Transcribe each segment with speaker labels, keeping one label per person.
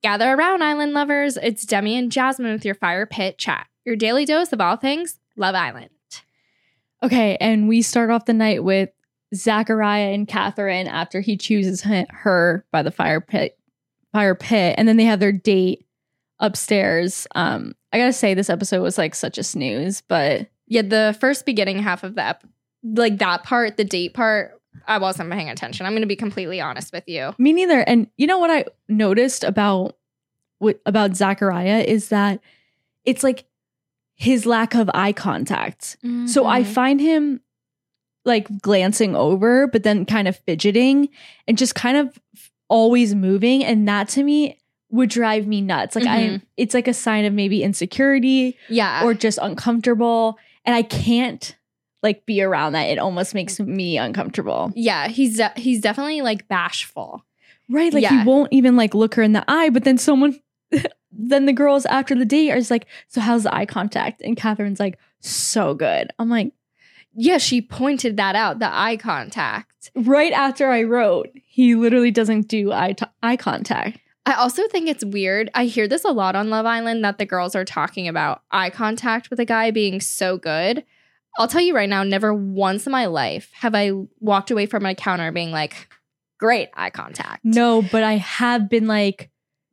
Speaker 1: Gather around, island lovers. It's Demi and Jasmine with your fire pit chat, your daily dose of all things Love Island.
Speaker 2: Okay, and we start off the night with Zachariah and Catherine after he chooses he- her by the fire pit, fire pit, and then they have their date upstairs. Um, I gotta say, this episode was like such a snooze, but
Speaker 1: Yeah, the first beginning half of the ep- like that part, the date part, I wasn't paying attention. I'm going to be completely honest with you.
Speaker 2: me neither. And you know what I noticed about what about Zachariah is that it's like his lack of eye contact. So I
Speaker 1: Mm-hmm.
Speaker 2: find him like glancing over, but then kind of fidgeting and just kind of always moving. And that to me would drive me nuts. Like I,
Speaker 1: Mhm.
Speaker 2: it's like a sign of maybe insecurity
Speaker 1: yeah,
Speaker 2: or just uncomfortable. And I can't like be around that. It almost makes me uncomfortable.
Speaker 1: yeah, he's de- he's definitely like bashful.
Speaker 2: Right. Like
Speaker 1: Yeah.
Speaker 2: he won't even like look her in the eye, but then someone, then the girls after the date are just like, so how's the eye contact? And Catherine's like, so good. I'm like,
Speaker 1: Yeah, she pointed that out, the eye contact.
Speaker 2: right after I wrote, he literally doesn't do eye, t- eye contact.
Speaker 1: I also think it's weird. I hear this a lot on Love Island that the girls are talking about eye contact with a guy being so good. I'll tell you right now, never once in my life have I walked away from my counter being like, great eye contact.
Speaker 2: No, but I have been like,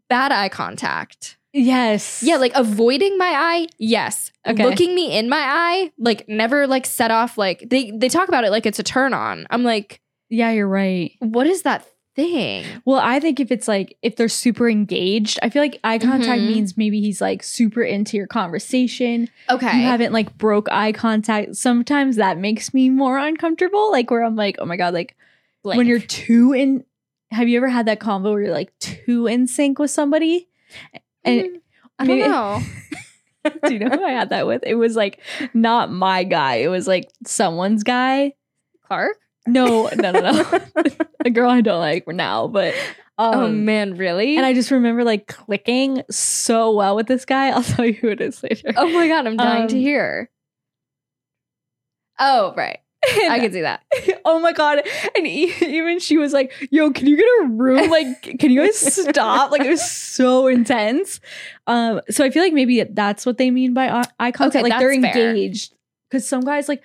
Speaker 1: Bad eye contact.
Speaker 2: yes.
Speaker 1: Yeah, like avoiding my eye, yes.
Speaker 2: Okay.
Speaker 1: Looking me in my eye, like never like set off like they they talk about it like it's a turn on. I'm like,
Speaker 2: yeah, you're right.
Speaker 1: what is that thing?
Speaker 2: Well, I think if it's like, if they're super engaged, I feel like eye contact
Speaker 1: Mhm.
Speaker 2: means maybe he's like super into your conversation.
Speaker 1: Okay.
Speaker 2: You haven't like broke eye contact. Sometimes that makes me more uncomfortable, like where I'm like, oh my God, like when you're too in. Have you ever had that convo where you're like too in sync with somebody? And
Speaker 1: Mm, I don't
Speaker 2: maybe-
Speaker 1: know.
Speaker 2: Do you know who I had that with? It was like not my guy. It was like someone's guy.
Speaker 1: Clark?
Speaker 2: No, no, no, no. A girl I don't like now, but um,
Speaker 1: oh man, really?
Speaker 2: and I just remember like clicking so well with this guy. I'll tell you who it is later.
Speaker 1: oh my god, I'm dying to
Speaker 2: Um,
Speaker 1: hear. Oh, right. I
Speaker 2: And-
Speaker 1: can see that.
Speaker 2: oh my god! And e- even she was like, "Yo, can you get a room? Like, can you guys stop?" Like, it was so intense. Um, so I feel like maybe that's what they mean by eye- eye contact.
Speaker 1: Okay,
Speaker 2: like they're
Speaker 1: that's fair.
Speaker 2: engaged because some guys like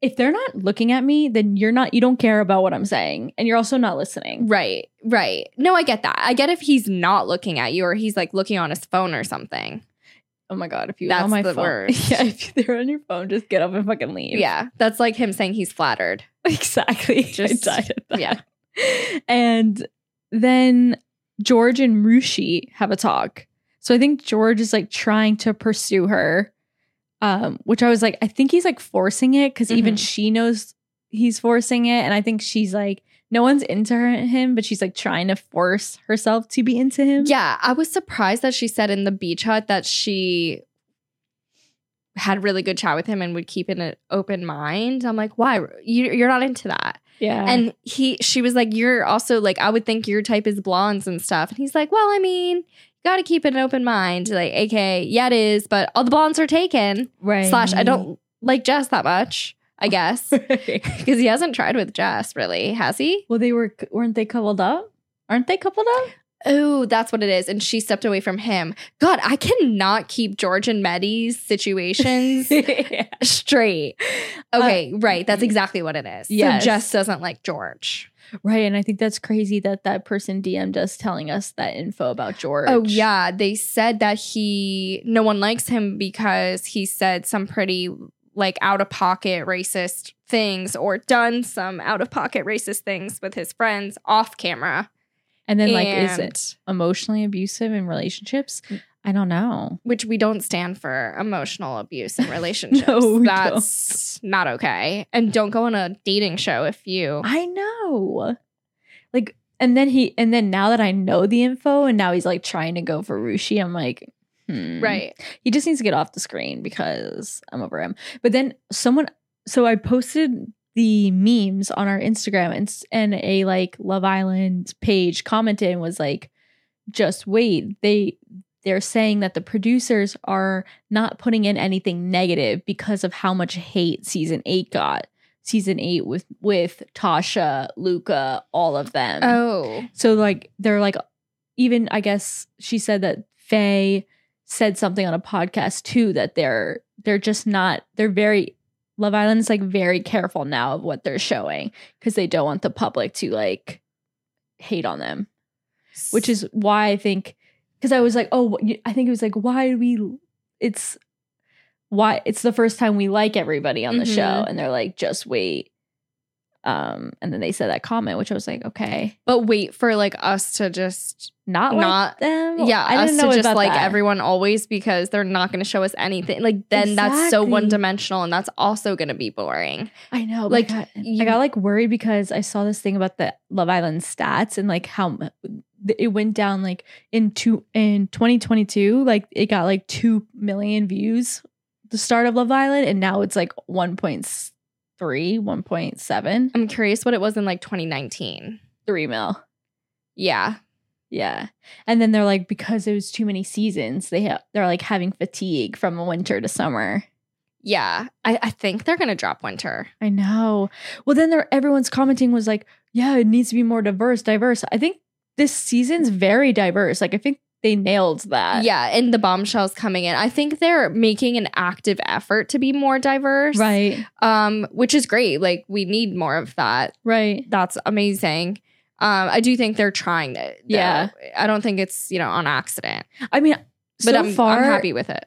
Speaker 2: if they're not looking at me, then you're not. You don't care about what I'm saying, and you're also not listening.
Speaker 1: Right, right. No, I get that. I get if he's not looking at you or he's like looking on his phone or something.
Speaker 2: Oh my god! If you
Speaker 1: That's
Speaker 2: on my
Speaker 1: the
Speaker 2: phone,
Speaker 1: worst.
Speaker 2: yeah, if they're on your phone, just get up and fucking leave.
Speaker 1: Yeah. That's like him saying he's flattered.
Speaker 2: Exactly.
Speaker 1: Just-
Speaker 2: I died at that.
Speaker 1: yeah.
Speaker 2: And then George and Rushi have a talk. So I think George is like trying to pursue her. Um, which I was like, I think he's like forcing it because even
Speaker 1: Mhm.
Speaker 2: she knows he's forcing it. And I think she's like, no one's into her, him, but she's like trying to force herself to be into him.
Speaker 1: Yeah, I was surprised that she said in the beach hut that she had really good chat with him and would keep in an open mind. I'm like, why? You, you're not into that.
Speaker 2: Yeah. And
Speaker 1: And he, she was like, you're also like, I would think your type is blondes and stuff. And he's like, well, I mean, you got to keep an open mind. Like, okay, yeah, it is, but all the blondes are taken.
Speaker 2: right.
Speaker 1: Slash, I don't like Jess that much, I guess, because he hasn't tried with Jess really, has he?
Speaker 2: well, they were weren't they coupled up? Aren't they coupled up?
Speaker 1: Oh, that's what it is. And she stepped away from him. God, I cannot keep George and Maddie's situations straight. Okay, right. That's exactly what it is.
Speaker 2: Uh, Yes.
Speaker 1: So Jess doesn't like George.
Speaker 2: Right. And I think that's crazy that that person DM'd us telling us that info about George.
Speaker 1: Oh, yeah. They said that he, no one likes him because he said some pretty like out of pocket racist things or done some out of pocket racist things with his friends off camera.
Speaker 2: And then, like, is
Speaker 1: And- Mm.
Speaker 2: it emotionally abusive in relationships? I don't know.
Speaker 1: which we don't stand for emotional abuse in relationships.
Speaker 2: No, we
Speaker 1: That's not okay. And don't go on a dating show if you.
Speaker 2: I know. Like, and then he, and then now that I know the info and now he's like trying to go for Rushi, I'm like, hmm.
Speaker 1: Right.
Speaker 2: He just needs to get off the screen because I'm over him. But then someone, so I posted the memes on our Instagram and, s- and a like Love Island page commented and was like, just wait. They, they're saying that the producers are not putting in anything negative because of how much hate season eight got. Season eight with with Tasha, Luca, all of them.
Speaker 1: Oh.
Speaker 2: So like they're like even I guess she said that Faye said something on a podcast too that they're they're just not they're very Love Island is like very careful now of what they're showing because they don't want the public to like hate on them, which is why I think because I was like, oh, wh- I think it was like why do we? It's why it's the first time we like everybody on the show,
Speaker 1: Mhm.
Speaker 2: and they're like, just wait. Um, and then they said that comment, which I was like, okay,
Speaker 1: but wait for like us to just
Speaker 2: not
Speaker 1: Not-
Speaker 2: like them.
Speaker 1: yeah,
Speaker 2: I
Speaker 1: us
Speaker 2: didn't know
Speaker 1: to just
Speaker 2: about
Speaker 1: like
Speaker 2: that.
Speaker 1: everyone always because they're not going to show us anything. Like then that's so
Speaker 2: Exactly.
Speaker 1: one dimensional and that's also going to be boring.
Speaker 2: I know,
Speaker 1: Like,
Speaker 2: like I got,
Speaker 1: you-
Speaker 2: I got like worried because I saw this thing about the Love Island stats and like how m- th- it went down like in two in 2022, like it got like two million views the start of Love Island, and now it's like 1.3, 1.7,
Speaker 1: I'm curious what it was in like 2019.
Speaker 2: three mil.
Speaker 1: Yeah.
Speaker 2: Yeah, and then they're like because it was too many seasons, they ha- they're like having fatigue from winter to summer.
Speaker 1: Yeah. I, I think they're going to drop winter.
Speaker 2: I know. Well, then there, everyone's commenting was like, yeah, it needs to be more diverse, diverse. I think this season's very diverse. Like, I think they nailed that.
Speaker 1: yeah. And the bombshells coming in. I think they're making an active effort to be more diverse.
Speaker 2: Right.
Speaker 1: Um, which is great. Like we need more of that.
Speaker 2: Right.
Speaker 1: That's amazing. Um, I do think they're trying it. though.
Speaker 2: Yeah.
Speaker 1: I don't think it's, you know, on accident.
Speaker 2: I mean,
Speaker 1: But
Speaker 2: so
Speaker 1: I'm,
Speaker 2: far,
Speaker 1: I'm happy with it.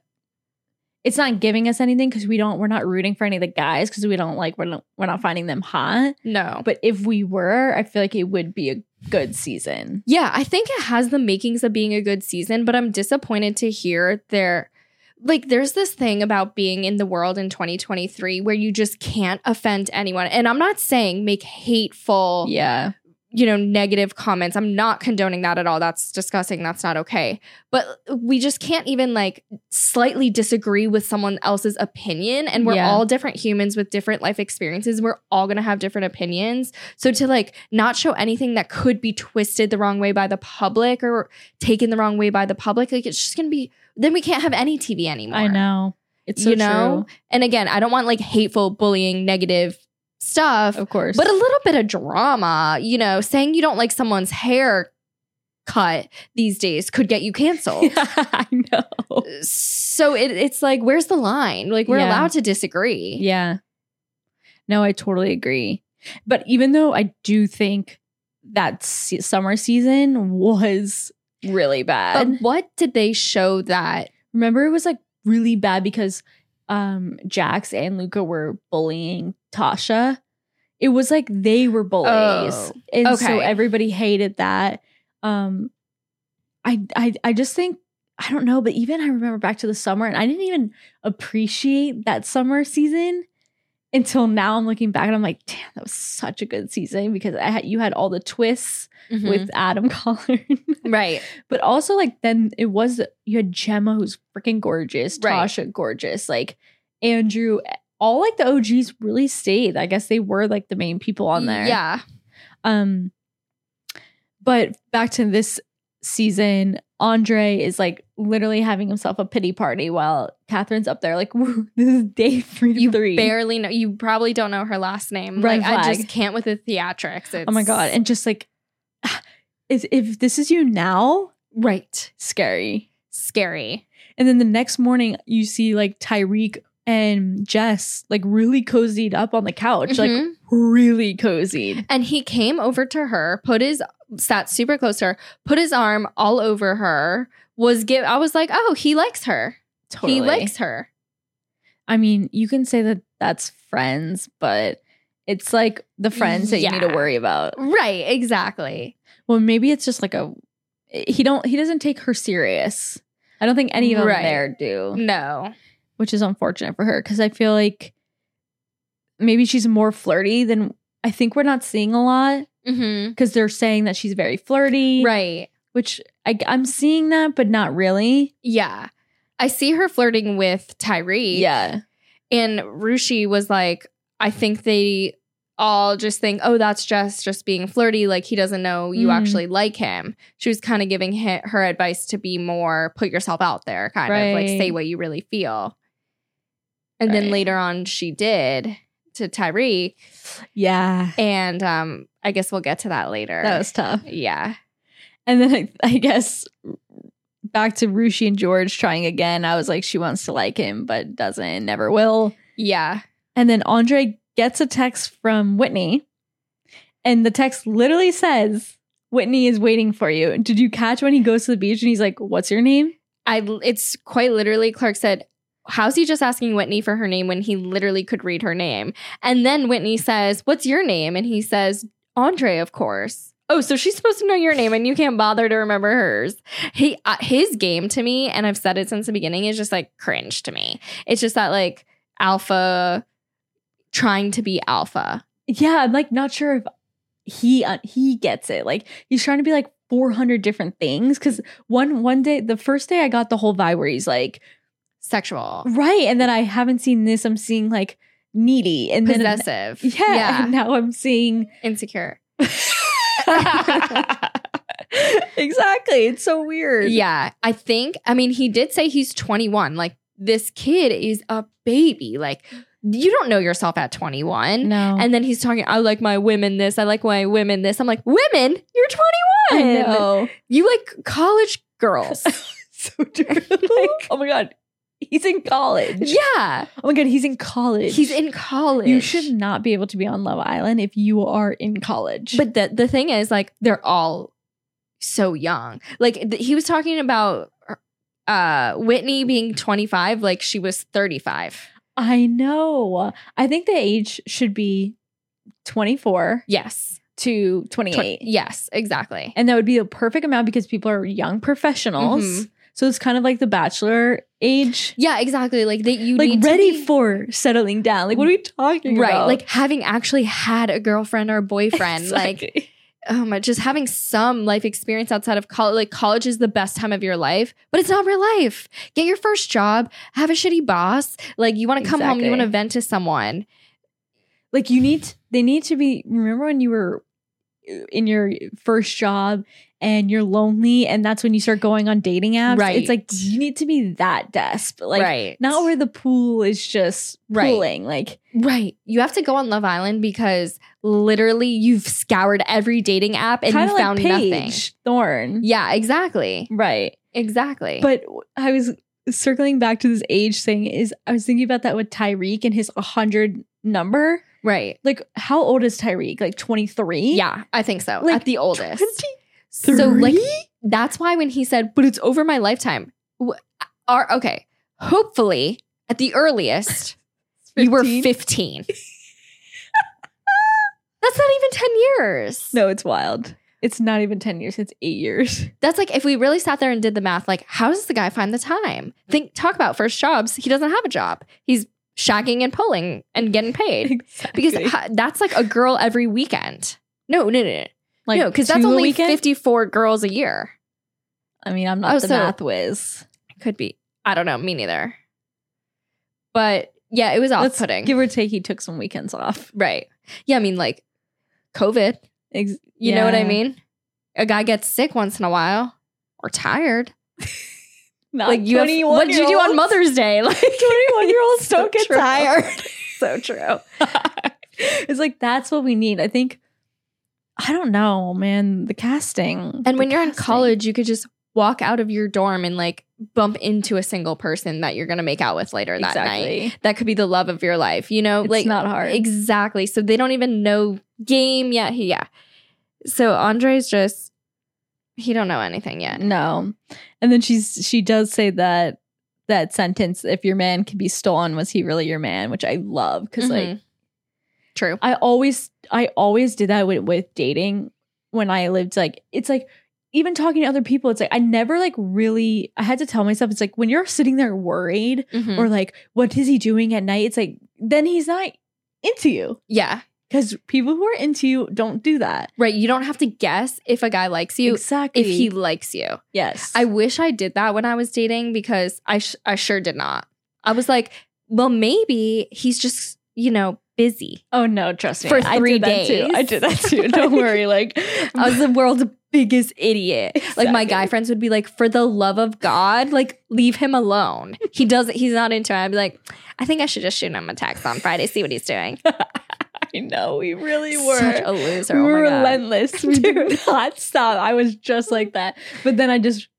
Speaker 2: it's not giving us anything because we don't, we're not rooting for any of the guys because we don't like, we're not, we're not finding them hot.
Speaker 1: No.
Speaker 2: But if we were, I feel like it would be a good season.
Speaker 1: Yeah, I think it has the makings of being a good season, but I'm disappointed to hear there. Like, there's this thing about being in the world in 2023 where you just can't offend anyone. And I'm not saying make hateful,
Speaker 2: Yeah.
Speaker 1: you know, negative comments. I'm not condoning that at all. That's disgusting. That's not okay. But we just can't even like slightly disagree with someone else's opinion. And we're
Speaker 2: Yeah.
Speaker 1: all different humans with different life experiences. We're all going to have different opinions. So to like not show anything that could be twisted the wrong way by the public or taken the wrong way by the public, like it's just going to be, then we can't have any TV anymore.
Speaker 2: I know. It's so
Speaker 1: You know?
Speaker 2: true.
Speaker 1: And again, I don't want like hateful, bullying, negative stuff.
Speaker 2: Of course.
Speaker 1: But a little bit of drama, you know, saying you don't like someone's hair cut these days could get you canceled.
Speaker 2: I know.
Speaker 1: so it, it's like, where's the line? Like, we're
Speaker 2: Yeah.
Speaker 1: allowed to disagree.
Speaker 2: Yeah. No, I totally agree. But even though I do think that se- summer season was really bad.
Speaker 1: But what did they show that?
Speaker 2: Remember it was like really bad because um Jax and Luca were bullying Tasha. It was like they were bullies.
Speaker 1: Oh,
Speaker 2: and so
Speaker 1: okay.
Speaker 2: everybody hated that. Um I I I just think I don't know, but even I remember back to the summer and I didn't even appreciate that summer season until now I'm looking back and I'm like, damn, that was such a good season because I had you had all the twists
Speaker 1: Mm-hmm.
Speaker 2: with Adam Collard.
Speaker 1: right.
Speaker 2: But also, like, then it was you had Gemma, who's freaking gorgeous,
Speaker 1: Right.
Speaker 2: Tasha, gorgeous, like Andrew, all like the OGs really stayed. I guess they were like the main people on there.
Speaker 1: Yeah.
Speaker 2: Um, but back to this season, Andre is like literally having himself a pity party while Catherine's up there, like, "Woo, this is day three.
Speaker 1: You
Speaker 2: three.
Speaker 1: barely know. You probably don't know her last name.
Speaker 2: Red
Speaker 1: like, I
Speaker 2: flag.
Speaker 1: just can't with the theatrics. It's,
Speaker 2: oh my God. And just like, if, if this is you now,
Speaker 1: Right.
Speaker 2: scary.
Speaker 1: Scary.
Speaker 2: And then the next morning, you see like Tyreek and Jess like really cozied up on the couch, like
Speaker 1: Mhm.
Speaker 2: really cozied.
Speaker 1: and he came over to her, put his sat super close to her, put his arm all over her. Was give. I was like, oh, he likes her.
Speaker 2: Totally.
Speaker 1: He likes her.
Speaker 2: I mean, you can say that that's friends, but it's like the friends that you need
Speaker 1: Yeah.
Speaker 2: to worry about.
Speaker 1: Right, exactly.
Speaker 2: Well, maybe it's just like a he don't he doesn't take her serious. I don't think any of them
Speaker 1: Right.
Speaker 2: there do,
Speaker 1: No.
Speaker 2: which is unfortunate for her because I feel like maybe she's more flirty than I think we're not seeing a lot
Speaker 1: Mm-hmm.
Speaker 2: because they're saying that she's very flirty,
Speaker 1: Right.
Speaker 2: which I, I'm seeing that, but not really.
Speaker 1: Yeah. I see her flirting with Tyree.
Speaker 2: Yeah.
Speaker 1: And Rushi was like, I think they all just think, oh, that's Jess just being flirty. Like he doesn't know you
Speaker 2: Mm.
Speaker 1: actually like him. She was kind of giving hi- her advice to be more put yourself out there, kind of like
Speaker 2: Right.
Speaker 1: say what you really feel. And then
Speaker 2: Right.
Speaker 1: later on, she did to Tyree.
Speaker 2: Yeah.
Speaker 1: And um, I guess we'll get to that later.
Speaker 2: That was tough.
Speaker 1: yeah.
Speaker 2: And then I, I guess back to Rushi and George trying again. I was like, she wants to like him, but doesn't, never will.
Speaker 1: Yeah.
Speaker 2: And then Andre gets a text from Whitney, and the text literally says, Whitney is waiting for you. Did you catch when he goes to the beach and he's like, What's your name?
Speaker 1: I it's quite literally Clark said, "How's he just asking Whitney for her name when he literally could read her name?" And then Whitney says, "What's your name?" and he says, "Andre, of course." Oh, so she's supposed to know your name and you can't bother to remember hers. He uh, his game to me, and I've said it since the beginning, is just like cringe to me. It's just that like alpha trying to be alpha.
Speaker 2: Yeah, I'm like not sure if he uh, he gets it. Like he's trying to be like 400 different things cuz one one day the first day I got the whole vibe where he's like
Speaker 1: Sexual.
Speaker 2: right and then I haven't seen this I'm seeing like needy and then
Speaker 1: Possessive.
Speaker 2: yeah, and now I'm seeing
Speaker 1: Insecure.
Speaker 2: exactly. It's so weird.
Speaker 1: Yeah, I think. I mean, he did say he's 21. Like this kid is a baby. Like you don't know yourself at 21.
Speaker 2: No.
Speaker 1: And then he's talking. I like my women this. I like my women this. I'm like, women? You're 21. You like college girls?
Speaker 2: so true. like, oh my god. He's in college.
Speaker 1: yeah,
Speaker 2: Oh my god, he's in college.
Speaker 1: he's in college.
Speaker 2: You should not be able to be on Love Island if you are in college.
Speaker 1: But the the thing is, like, they're all so young. Like th- he was talking about uh Whitney being 25. Like she was 35.
Speaker 2: I know. I think the age should be 24
Speaker 1: Yes.
Speaker 2: to 28.
Speaker 1: Twen- yes. Exactly.
Speaker 2: And that would be the perfect amount because people are young professionals.
Speaker 1: Mhm.
Speaker 2: So it's kind of like the bachelor age.
Speaker 1: Yeah, exactly. Like that you
Speaker 2: like
Speaker 1: need to
Speaker 2: ready
Speaker 1: be-
Speaker 2: for settling down. Like what are we talking
Speaker 1: right,
Speaker 2: about?
Speaker 1: like having actually had a girlfriend or a boyfriend, like
Speaker 2: Exactly.
Speaker 1: oh my, just having some life experience outside of college. Like college is the best time of your life, but it's not real life. Get your first job, have a shitty boss. Like you want to come home, you
Speaker 2: Exactly.
Speaker 1: want to vent to someone.
Speaker 2: like you need they need to be remember when you were in your first job and you're lonely and that's when you start going on dating apps
Speaker 1: Right.
Speaker 2: it's like you need to be that desperate like
Speaker 1: right,
Speaker 2: not where the pool is just
Speaker 1: Right.
Speaker 2: pooling like
Speaker 1: right. You have to go on Love Island because literally you've scoured every dating app and
Speaker 2: kind
Speaker 1: you
Speaker 2: of like
Speaker 1: found
Speaker 2: Paige
Speaker 1: nothing.
Speaker 2: Thorne
Speaker 1: Yeah, exactly,
Speaker 2: right
Speaker 1: exactly.
Speaker 2: but I was circling back to this age thing is I was thinking about that with Tyreek and his 100 number
Speaker 1: right,
Speaker 2: like how old is Tyreek like 23
Speaker 1: yeah, I think so.
Speaker 2: Like,
Speaker 1: At the oldest.
Speaker 2: 23?
Speaker 1: So like that's why when he said, "But it's over my lifetime," wh- are okay. Hopefully, at the earliest, you were
Speaker 2: 15?
Speaker 1: fifteen. that's not even ten years.
Speaker 2: No, it's wild. It's not even 10 years, it's eight years.
Speaker 1: That's like if we really sat there and did the math. Like, how does the guy find the time? Think talk about first jobs. He doesn't have a job. He's shagging and pulling and getting paid because ha- that's like a girl every weekend. No, no, no, no.
Speaker 2: like,
Speaker 1: no, because that's
Speaker 2: two a
Speaker 1: only
Speaker 2: weekend?
Speaker 1: fifty-four girls a year.
Speaker 2: I mean, I'm not
Speaker 1: Oh,
Speaker 2: the
Speaker 1: so-
Speaker 2: math whiz.
Speaker 1: Could be. I don't know. Me neither. But yeah, it was off
Speaker 2: Let's-
Speaker 1: putting.
Speaker 2: Give or take, he took some weekends off.
Speaker 1: right. Yeah, I mean, like COVID.
Speaker 2: Ex-
Speaker 1: You know what I
Speaker 2: yeah.
Speaker 1: mean? A guy gets sick once in a while or tired.
Speaker 2: Not
Speaker 1: Like you, have,
Speaker 2: 21
Speaker 1: what did you do on
Speaker 2: year-olds.
Speaker 1: Mother's Day? Like
Speaker 2: 21 year olds
Speaker 1: So
Speaker 2: don't get
Speaker 1: true.
Speaker 2: tired.
Speaker 1: so true.
Speaker 2: it's like, that's what we need. I think, I don't know, man, the casting.
Speaker 1: And when
Speaker 2: The
Speaker 1: you're in
Speaker 2: casting.
Speaker 1: college, you could just walk out of your dorm and like bump into a single person that you're gonna make out with later that night.
Speaker 2: exactly.
Speaker 1: That could be the love of your life. You know,
Speaker 2: It's
Speaker 1: like
Speaker 2: not hard.
Speaker 1: Exactly. So they don't even know game yet. He- Yeah. So Andre's just he don't know anything yet.
Speaker 2: No. And then she's she does say that that sentence, if your man can be stolen, was he really your man? Which I love because like
Speaker 1: Mhm. True.
Speaker 2: I always I always did that with, with dating when I lived like it's like even talking to other people, it's like I never like really I had to tell myself it's like when you're sitting there worried
Speaker 1: Mhm.
Speaker 2: or like what is he doing at night? It's like then he's not into you.
Speaker 1: yeah.
Speaker 2: Because people who are into you don't do that.
Speaker 1: Right. You don't have to guess if a guy likes you
Speaker 2: exactly.
Speaker 1: if he likes you.
Speaker 2: yes,
Speaker 1: I wish I did that when I was dating because I sh- I sure did not. I was like, well, maybe he's just you know busy.
Speaker 2: Oh no, trust me.
Speaker 1: For
Speaker 2: I
Speaker 1: three
Speaker 2: did that too.
Speaker 1: days.
Speaker 2: I did that too. Don't worry. Like
Speaker 1: I was the world's biggest idiot. Like my guy friends would be like, for the love of God, like leave him alone. He doesn't. He's not into it. I'd be like, I think I should just shoot him a text on Friday. See what he's doing.
Speaker 2: I know we really were.
Speaker 1: Such a loser.
Speaker 2: we
Speaker 1: oh
Speaker 2: were
Speaker 1: my God.
Speaker 2: relentless. We did not stop. I was just like that. But then I just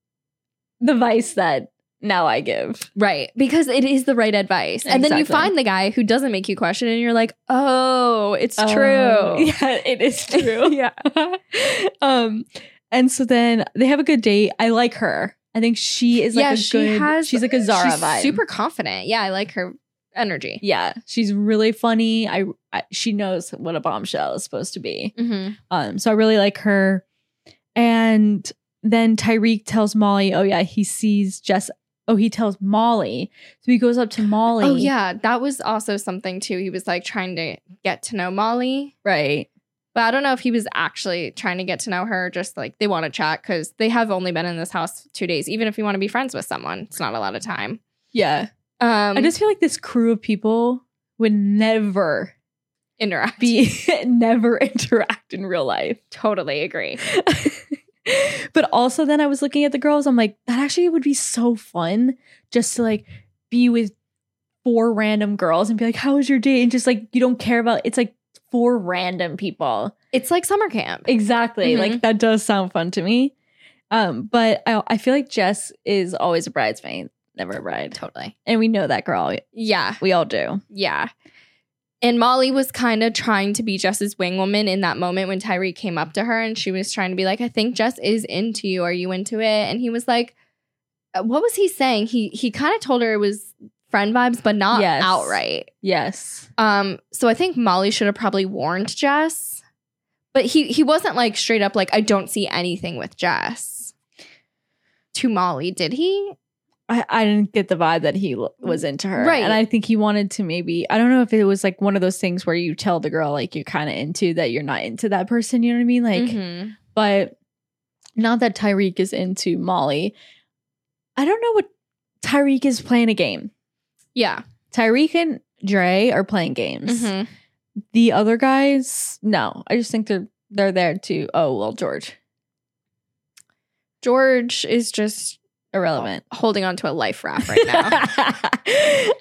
Speaker 2: the vice that now I give.
Speaker 1: Right. Because it is the right advice. And then you
Speaker 2: Exactly.
Speaker 1: find the guy who doesn't make you question and you're like, oh, it's
Speaker 2: Oh,
Speaker 1: true.
Speaker 2: Yeah, it is true. yeah. um, and so then they have a good date. I like her. I think she is like
Speaker 1: Yeah,
Speaker 2: a
Speaker 1: she
Speaker 2: good.
Speaker 1: has-
Speaker 2: she's like a Zara
Speaker 1: She's
Speaker 2: vibe.
Speaker 1: super confident. Yeah, I like her energy.
Speaker 2: Yeah, she's really funny. I, I she knows what a bombshell is supposed to be.
Speaker 1: Mm-hmm.
Speaker 2: Um, so I really like her. And then Tyreek tells Molly, oh yeah, he sees Jess. Oh, he tells Molly. So he goes up to Molly.
Speaker 1: Oh, yeah. That was also something, too. He was like trying to get to know Molly.
Speaker 2: Right.
Speaker 1: But I don't know if he was actually trying to get to know her, just like they want to chat because they have only been in this house two days. Even if you want to be friends with someone, it's not a lot of time.
Speaker 2: Yeah.
Speaker 1: Um,
Speaker 2: I just feel like this crew of people would never
Speaker 1: interact.
Speaker 2: be never interact in real life.
Speaker 1: totally agree.
Speaker 2: but also then I was looking at the girls, I'm like, that actually would be so fun just to like be with four random girls and be like, how was your day? And just like you don't care about it's like four random people.
Speaker 1: It's like summer camp.
Speaker 2: Exactly.
Speaker 1: Mhm.
Speaker 2: Like that does sound fun to me. Um, but I I feel like Jess is always a bridesmaid, never a bride.
Speaker 1: Totally.
Speaker 2: And we know that girl.
Speaker 1: Yeah.
Speaker 2: We all do.
Speaker 1: Yeah. And Molly was kind of trying to be Jess's wing woman in that moment when Tyree came up to her and she was trying to be like, I think Jess is into you. Are you into it? And he was like, uh, what was he saying? He he kind of told her it was friend vibes, but not
Speaker 2: Yes.
Speaker 1: outright.
Speaker 2: Yes.
Speaker 1: Um, so I think Molly should have probably warned Jess. But he he wasn't like straight up like, I don't see anything with Jess. To Molly, did he?
Speaker 2: I, I didn't get the vibe that he l- was into her.
Speaker 1: Right.
Speaker 2: And I think he wanted to maybe, I don't know if it was like one of those things where you tell the girl like you're kind of into that you're not into that person. You know what I mean? Like,
Speaker 1: Mhm.
Speaker 2: but not that Tyreek is into Molly. I don't know what Tyreek is playing a game.
Speaker 1: Yeah.
Speaker 2: Tyreek and Dre are playing games.
Speaker 1: Mhm.
Speaker 2: The other guys, no. I just think they're they're there to oh well George.
Speaker 1: George is just
Speaker 2: Irrelevant.
Speaker 1: holding on to a life raft right now.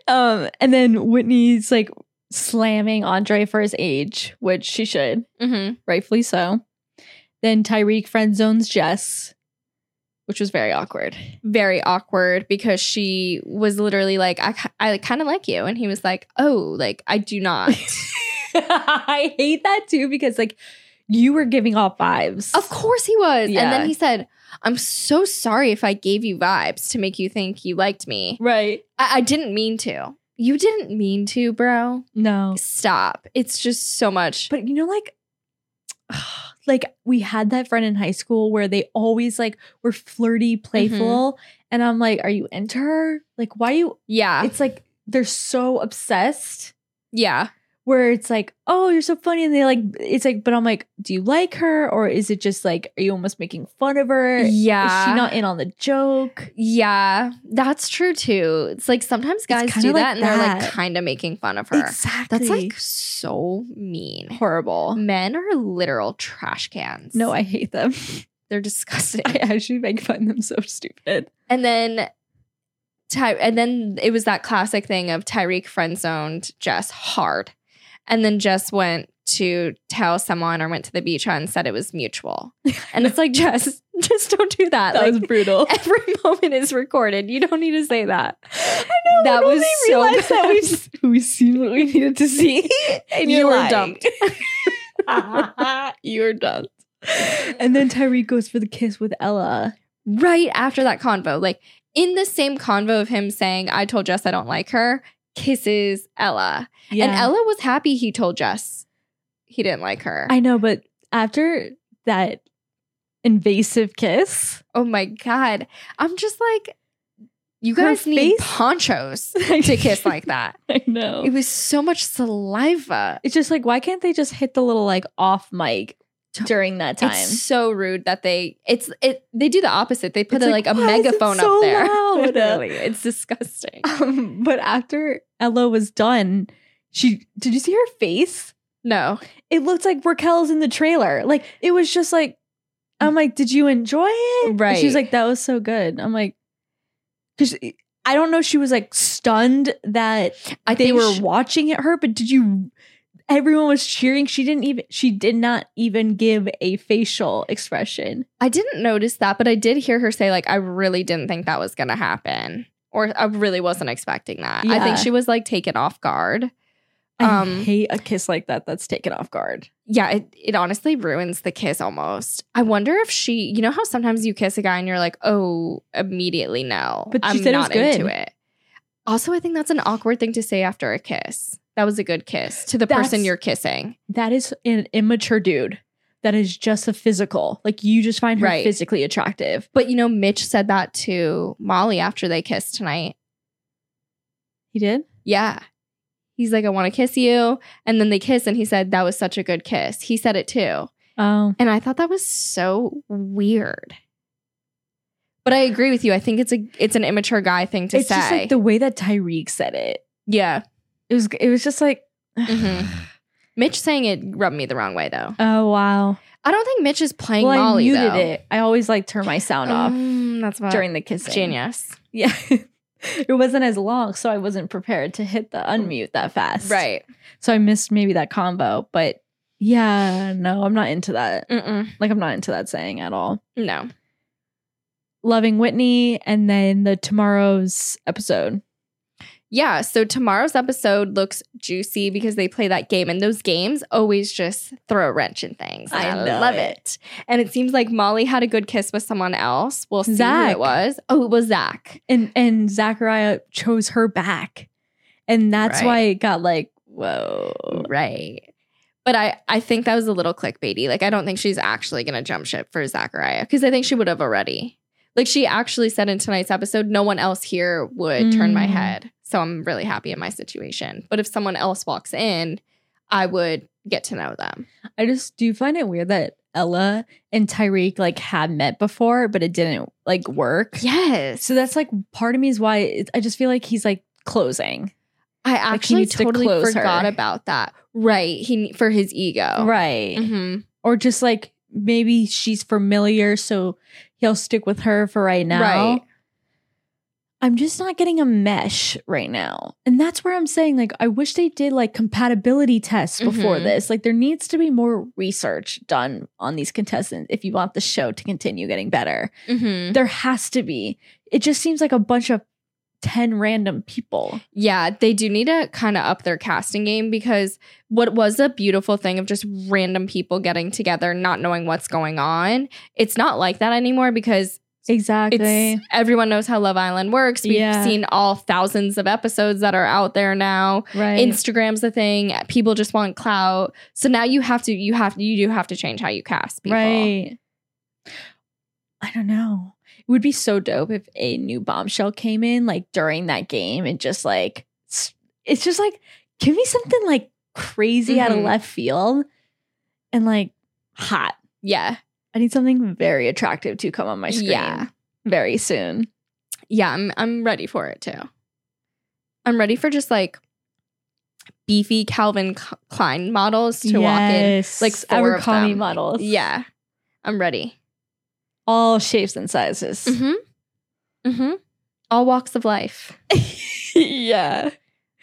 Speaker 2: um and then Whitney's like slamming Andre for his age, which she should,
Speaker 1: hmm
Speaker 2: rightfully so. Then Tyreek friend zones Jess, which was very awkward.
Speaker 1: Very awkward because she was literally like, I, ki- I kind of like you. And he was like, oh, like, I do not.
Speaker 2: I hate that too because like you were giving off vibes.
Speaker 1: of course he was. And
Speaker 2: Yeah.
Speaker 1: then he said, I'm so sorry if I gave you vibes to make you think you liked me.
Speaker 2: Right.
Speaker 1: I, I didn't mean to. You didn't mean to, bro.
Speaker 2: No.
Speaker 1: Stop. It's just so much.
Speaker 2: But you know, like, like we had that friend in high school where they always like were flirty, playful, and I'm like, are you into her? Like, why you?
Speaker 1: Yeah.
Speaker 2: It's like they're so obsessed.
Speaker 1: Yeah.
Speaker 2: Where it's like, oh, you're so funny, and they like, it's like, but I'm like, do you like her, or is it just like, are you almost making fun of her? Is
Speaker 1: Yeah.
Speaker 2: she not in on the joke?
Speaker 1: yeah. That's true too. It's like sometimes guys
Speaker 2: kinda
Speaker 1: do
Speaker 2: like
Speaker 1: that and they're like
Speaker 2: that.
Speaker 1: kind of making fun of her.
Speaker 2: Exactly.
Speaker 1: That's like so mean.
Speaker 2: horrible.
Speaker 1: Men are literal trash cans.
Speaker 2: No, I hate them.
Speaker 1: they're disgusting.
Speaker 2: I actually make fun of them so stupid.
Speaker 1: and then Ty- and then it was that classic thing of Tyreek friend zoned Jess hard. And then Jess went to tell someone or went to the beach and said it was mutual. And it's like Jess, just don't do that.
Speaker 2: That
Speaker 1: like
Speaker 2: was brutal.
Speaker 1: every moment is recorded. You don't need to say that.
Speaker 2: I know
Speaker 1: That
Speaker 2: like,
Speaker 1: was
Speaker 2: only
Speaker 1: so
Speaker 2: realized
Speaker 1: bad.
Speaker 2: that we've, we've seen what we needed to see, and
Speaker 1: You
Speaker 2: you're
Speaker 1: were
Speaker 2: lying.
Speaker 1: dumped.
Speaker 2: you were dumped. And then Tyreek goes for the kiss with Ella.
Speaker 1: right after that convo, like in the same convo of him saying, I told Jess I don't like her, kisses Ella.
Speaker 2: Yeah,
Speaker 1: And Ella was happy he told Jess he didn't like her.
Speaker 2: I know, but after that invasive kiss,
Speaker 1: oh my God. I'm just like, you
Speaker 2: Her
Speaker 1: guys need
Speaker 2: face- Oh.
Speaker 1: ponchos to
Speaker 2: to
Speaker 1: kiss like that.
Speaker 2: I know.
Speaker 1: It was so much saliva.
Speaker 2: It's just like, why can't they just hit the little like off mic during that time?
Speaker 1: It's so rude that they it's it they do the opposite. They put
Speaker 2: It's
Speaker 1: a, like, a
Speaker 2: why is it
Speaker 1: megaphone
Speaker 2: so
Speaker 1: up there.
Speaker 2: loud?
Speaker 1: Literally. It's disgusting.
Speaker 2: Um, but after Ella was done, she did you see her face?
Speaker 1: No.
Speaker 2: It looked like Raquel's in the trailer. Like it was just like, I'm like, did you enjoy it? And
Speaker 1: Right.
Speaker 2: She was like, that was so good. I'm like, because I don't know. if She was like stunned that
Speaker 1: I
Speaker 2: they
Speaker 1: think
Speaker 2: were
Speaker 1: sh-
Speaker 2: watching it her, but did you? everyone was cheering. She didn't even she did not even give a facial expression.
Speaker 1: I didn't notice that, but I did hear her say, like, I really didn't think that was going to happen. Or I really wasn't expecting that. I
Speaker 2: Yeah.
Speaker 1: think she was like taken off guard.
Speaker 2: I
Speaker 1: Um,
Speaker 2: hate a kiss like that that's taken off guard.
Speaker 1: Yeah, it, it honestly ruins the kiss almost. I wonder if she, you know how sometimes you kiss a guy and you're like, oh, immediately no.
Speaker 2: But she
Speaker 1: I'm
Speaker 2: said it was
Speaker 1: not into
Speaker 2: good.
Speaker 1: it. Also, I think that's an awkward thing to say after a kiss. That was a good kiss to the person
Speaker 2: That's-
Speaker 1: you're kissing.
Speaker 2: That is an immature dude. That is just a physical. Like you just find her
Speaker 1: Right.
Speaker 2: physically attractive.
Speaker 1: But you know, Mitch said that to Molly after they kissed tonight.
Speaker 2: He did?
Speaker 1: Yeah. He's like, I want to kiss you. And then they kiss, and he said, That was such a good kiss. He said it too.
Speaker 2: Oh.
Speaker 1: And I thought that was so weird. But I agree with you. I think it's a it's an immature guy thing to
Speaker 2: it's
Speaker 1: say.
Speaker 2: just like the way that Tyreek said it.
Speaker 1: yeah.
Speaker 2: It was it was just like
Speaker 1: Mhm. Mitch saying it rubbed me the wrong way though.
Speaker 2: oh wow.
Speaker 1: I don't think Mitch is playing
Speaker 2: Well,
Speaker 1: Molly.
Speaker 2: I muted
Speaker 1: though.
Speaker 2: it. Um, I always like turn my sound off
Speaker 1: Mm, that's what
Speaker 2: during the kissing.
Speaker 1: genius.
Speaker 2: Yeah. it wasn't as long, so I wasn't prepared to hit the unmute that fast.
Speaker 1: Right.
Speaker 2: So I missed maybe that combo, but yeah, no, I'm not into that.
Speaker 1: Mm-mm.
Speaker 2: Like I'm not into that saying at all.
Speaker 1: No.
Speaker 2: Loving Whitney and then the tomorrow's episode.
Speaker 1: Yeah, so tomorrow's episode looks juicy because they play that game, and those games always just throw a wrench in things. and
Speaker 2: I
Speaker 1: I,
Speaker 2: know
Speaker 1: love
Speaker 2: it.
Speaker 1: it. And it seems like Molly had a good kiss with someone else. We'll see who
Speaker 2: Zach.
Speaker 1: it was. Oh, it was Zach.
Speaker 2: And and Zachariah chose her back. And that's
Speaker 1: Right.
Speaker 2: why it got like, whoa.
Speaker 1: Right. But I, I think that was a little clickbaity. Like, I don't think she's actually going to jump ship for Zachariah because I think she would have already. Like, she actually said in tonight's episode, no one else here would turn my
Speaker 2: Mm.
Speaker 1: head. So I'm really happy in my situation. But if someone else walks in, I would get to know them.
Speaker 2: I just do find it weird that Ella and Tyreek like had met before, but it didn't like work.
Speaker 1: Yes.
Speaker 2: So that's like part of me is why it, I just feel like he's like closing.
Speaker 1: I
Speaker 2: he
Speaker 1: actually
Speaker 2: needs to
Speaker 1: totally
Speaker 2: close
Speaker 1: forgot
Speaker 2: her.
Speaker 1: about that. Right. He for his ego.
Speaker 2: Right.
Speaker 1: hmm
Speaker 2: Or just like maybe she's familiar, so he'll stick with her for right now.
Speaker 1: Right.
Speaker 2: I'm just not getting a mesh right now. And that's where I'm saying, like, I wish they did like compatibility tests before
Speaker 1: Mhm.
Speaker 2: this. Like, there needs to be more research done on these contestants if you want the show to continue getting better.
Speaker 1: hmm
Speaker 2: There has to be. It just seems like a bunch of 10 random people.
Speaker 1: Yeah, they do need to kind of up their casting game because what was a beautiful thing of just random people getting together, not knowing what's going on. It's not like that anymore because
Speaker 2: Exactly.
Speaker 1: it's everyone knows how Love Island works. We've
Speaker 2: Yeah.
Speaker 1: seen all thousands of episodes that are out there now.
Speaker 2: right.
Speaker 1: Instagram's the thing. People just want clout. So now you have to you have you do have to change how you cast people.
Speaker 2: Right. I don't know. It would be so dope if a new bombshell came in like during that game and just like s- it's just like give me something like crazy out of
Speaker 1: Mhm.
Speaker 2: left field and like hot.
Speaker 1: Yeah.
Speaker 2: I need something very attractive to come on my screen
Speaker 1: Yeah.
Speaker 2: very soon.
Speaker 1: yeah, I'm I'm ready for it too. I'm ready for just like beefy Calvin K- Klein models to
Speaker 2: like
Speaker 1: Like, four of
Speaker 2: Abercrombie
Speaker 1: them.
Speaker 2: models.
Speaker 1: walk in. Yeah, I'm ready.
Speaker 2: all shapes and sizes.
Speaker 1: Mm-hmm. Mm-hmm. All walks of life,
Speaker 2: yeah,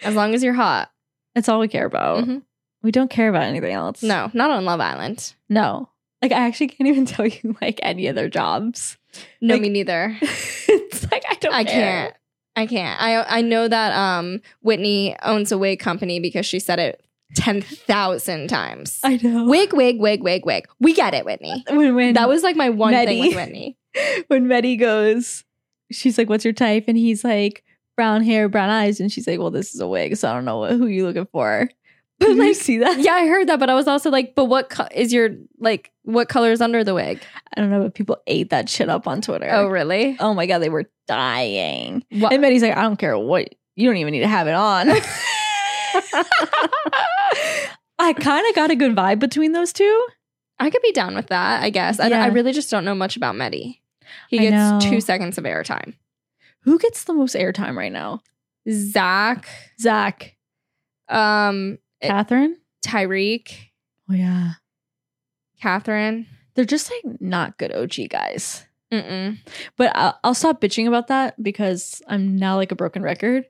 Speaker 1: as long as you're hot.
Speaker 2: that's all we care about.
Speaker 1: Mhm.
Speaker 2: We don't care about anything else.
Speaker 1: No, not on Love Island.
Speaker 2: No. Like I actually can't even tell you like any other jobs.
Speaker 1: No,
Speaker 2: Like-
Speaker 1: me neither.
Speaker 2: it's like I don't
Speaker 1: I
Speaker 2: care.
Speaker 1: can't. I can't. I I know that um Whitney owns a wig company because she said it ten thousand times.
Speaker 2: I know.
Speaker 1: Wig, wig, wig, wig, wig. We get it, Whitney.
Speaker 2: when when
Speaker 1: That was like my one thing
Speaker 2: Maddie.
Speaker 1: with Whitney.
Speaker 2: when Meddy goes, she's like, What's your type? And he's like, brown hair, brown eyes. And she's like, Well, this is a wig, so I don't know what, who you looking for. But
Speaker 1: Did you
Speaker 2: like, see that?
Speaker 1: yeah, I heard that, but I was also like, but what co- is your like what color is under the wig?
Speaker 2: I don't know, but people ate that shit up on Twitter.
Speaker 1: really?
Speaker 2: Oh my god, they were dying.
Speaker 1: What?
Speaker 2: And Meddy's like, I don't care what you don't even need to have it on. I kind of got a good vibe between those two.
Speaker 1: I could be down with that, I guess. I,
Speaker 2: Yeah.
Speaker 1: I really just don't know much about Medi. He
Speaker 2: I
Speaker 1: gets
Speaker 2: know.
Speaker 1: two seconds of airtime.
Speaker 2: Who gets the most airtime right now?
Speaker 1: Zach,
Speaker 2: Zach.
Speaker 1: um, It-
Speaker 2: Catherine?
Speaker 1: Tyreek,
Speaker 2: Oh, yeah.
Speaker 1: Catherine.
Speaker 2: They're just like not good OG guys.
Speaker 1: Mm-mm.
Speaker 2: But I'll, I'll stop bitching about that because I'm now like a broken record.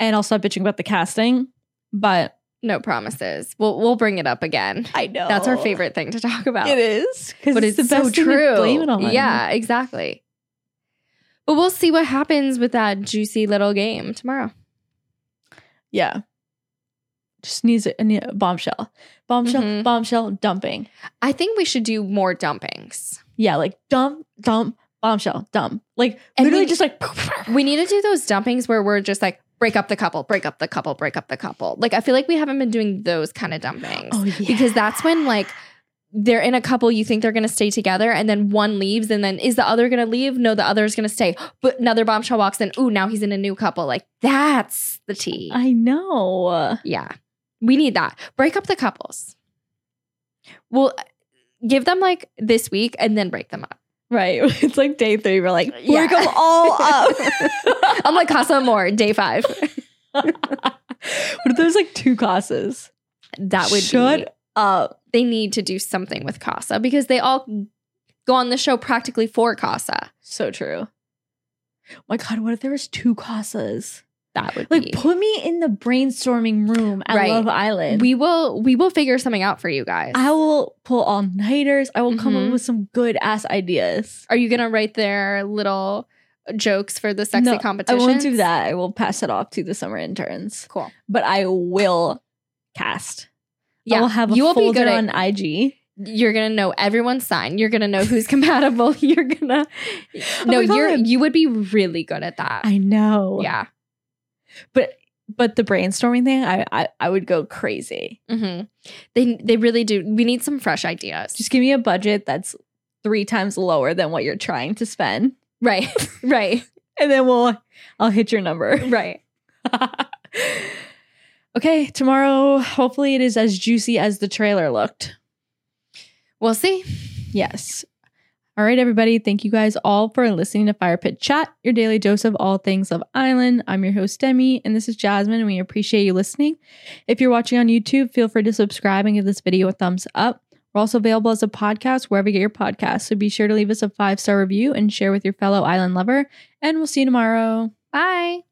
Speaker 2: And I'll stop bitching about the casting. But
Speaker 1: No promises. We'll we'll bring it up again.
Speaker 2: I know.
Speaker 1: That's our favorite thing to talk about.
Speaker 2: Oh. It is.
Speaker 1: But it's, so
Speaker 2: thing to
Speaker 1: true.
Speaker 2: blame it on.
Speaker 1: Yeah, exactly. But we'll see what happens with that juicy little game tomorrow.
Speaker 2: Yeah. Just needs a, a ne- bombshell. Bombshell,
Speaker 1: Mhm.
Speaker 2: bombshell, dumping.
Speaker 1: I think we should do more dumpings.
Speaker 2: Yeah, like dump, dump, bombshell, dump. Like
Speaker 1: And
Speaker 2: literally
Speaker 1: we-
Speaker 2: just like
Speaker 1: We need to do those dumpings where we're just like break up the couple, break up the couple, break up the couple. Like I feel like we haven't been doing those kind of dumpings.
Speaker 2: Oh, yeah.
Speaker 1: because that's when like they're in a couple you think they're going to stay together and then one leaves and then is the other going to leave no the other is going to stay but another bombshell walks in ooh now he's in a new couple like that's the tea
Speaker 2: I know.
Speaker 1: yeah we need that break up the couples we'll give them like this week and then break them up
Speaker 2: Right. It's like day three. We're like,
Speaker 1: Yeah.
Speaker 2: break them all up.
Speaker 1: i'm like casa more day five
Speaker 2: what if there's like two classes?
Speaker 1: that would
Speaker 2: Shut
Speaker 1: be
Speaker 2: up.
Speaker 1: they need to do something with casa because they all go on the show practically for casa
Speaker 2: So true. Oh My God, what if there was two casas?
Speaker 1: that would
Speaker 2: Like,
Speaker 1: be
Speaker 2: put me in the brainstorming room at
Speaker 1: Right.
Speaker 2: Love Island.
Speaker 1: we will we will figure something out for you guys
Speaker 2: I will pull all nighters. I will come
Speaker 1: Mhm.
Speaker 2: up with some good ass ideas.
Speaker 1: Are you gonna write their little jokes for the sexy
Speaker 2: No, I
Speaker 1: competition?
Speaker 2: won't do that. I will pass it off to the summer interns,
Speaker 1: Cool.
Speaker 2: but I will cast.
Speaker 1: Yeah,
Speaker 2: I will have a
Speaker 1: you will be
Speaker 2: folder
Speaker 1: good at-
Speaker 2: on IG.
Speaker 1: You're gonna know everyone's sign. You're gonna know who's compatible. You're gonna no.
Speaker 2: Oh my
Speaker 1: you're
Speaker 2: God.
Speaker 1: you would be really good at that.
Speaker 2: I know.
Speaker 1: yeah.
Speaker 2: But the brainstorming thing, I, I I would go crazy.
Speaker 1: hmm They they really do. We need some fresh ideas.
Speaker 2: Just give me a budget that's three times lower than what you're trying to spend,
Speaker 1: right. right.
Speaker 2: and then we'll I'll hit your number.
Speaker 1: Right.
Speaker 2: okay, tomorrow hopefully it is as juicy as the trailer looked.
Speaker 1: We'll see.
Speaker 2: Yes. All right, everybody. Thank you guys all for listening to Fire Pit Chat, your daily dose of all things Love Island. I'm your host, Demi, and this is Jasmine, and we appreciate you listening. If you're watching on YouTube, feel free to subscribe and give this video a thumbs up. We're also available as a podcast wherever you get your podcasts, so be sure to leave us a five star review and share with your fellow island lover. And we'll see you tomorrow.
Speaker 1: Bye.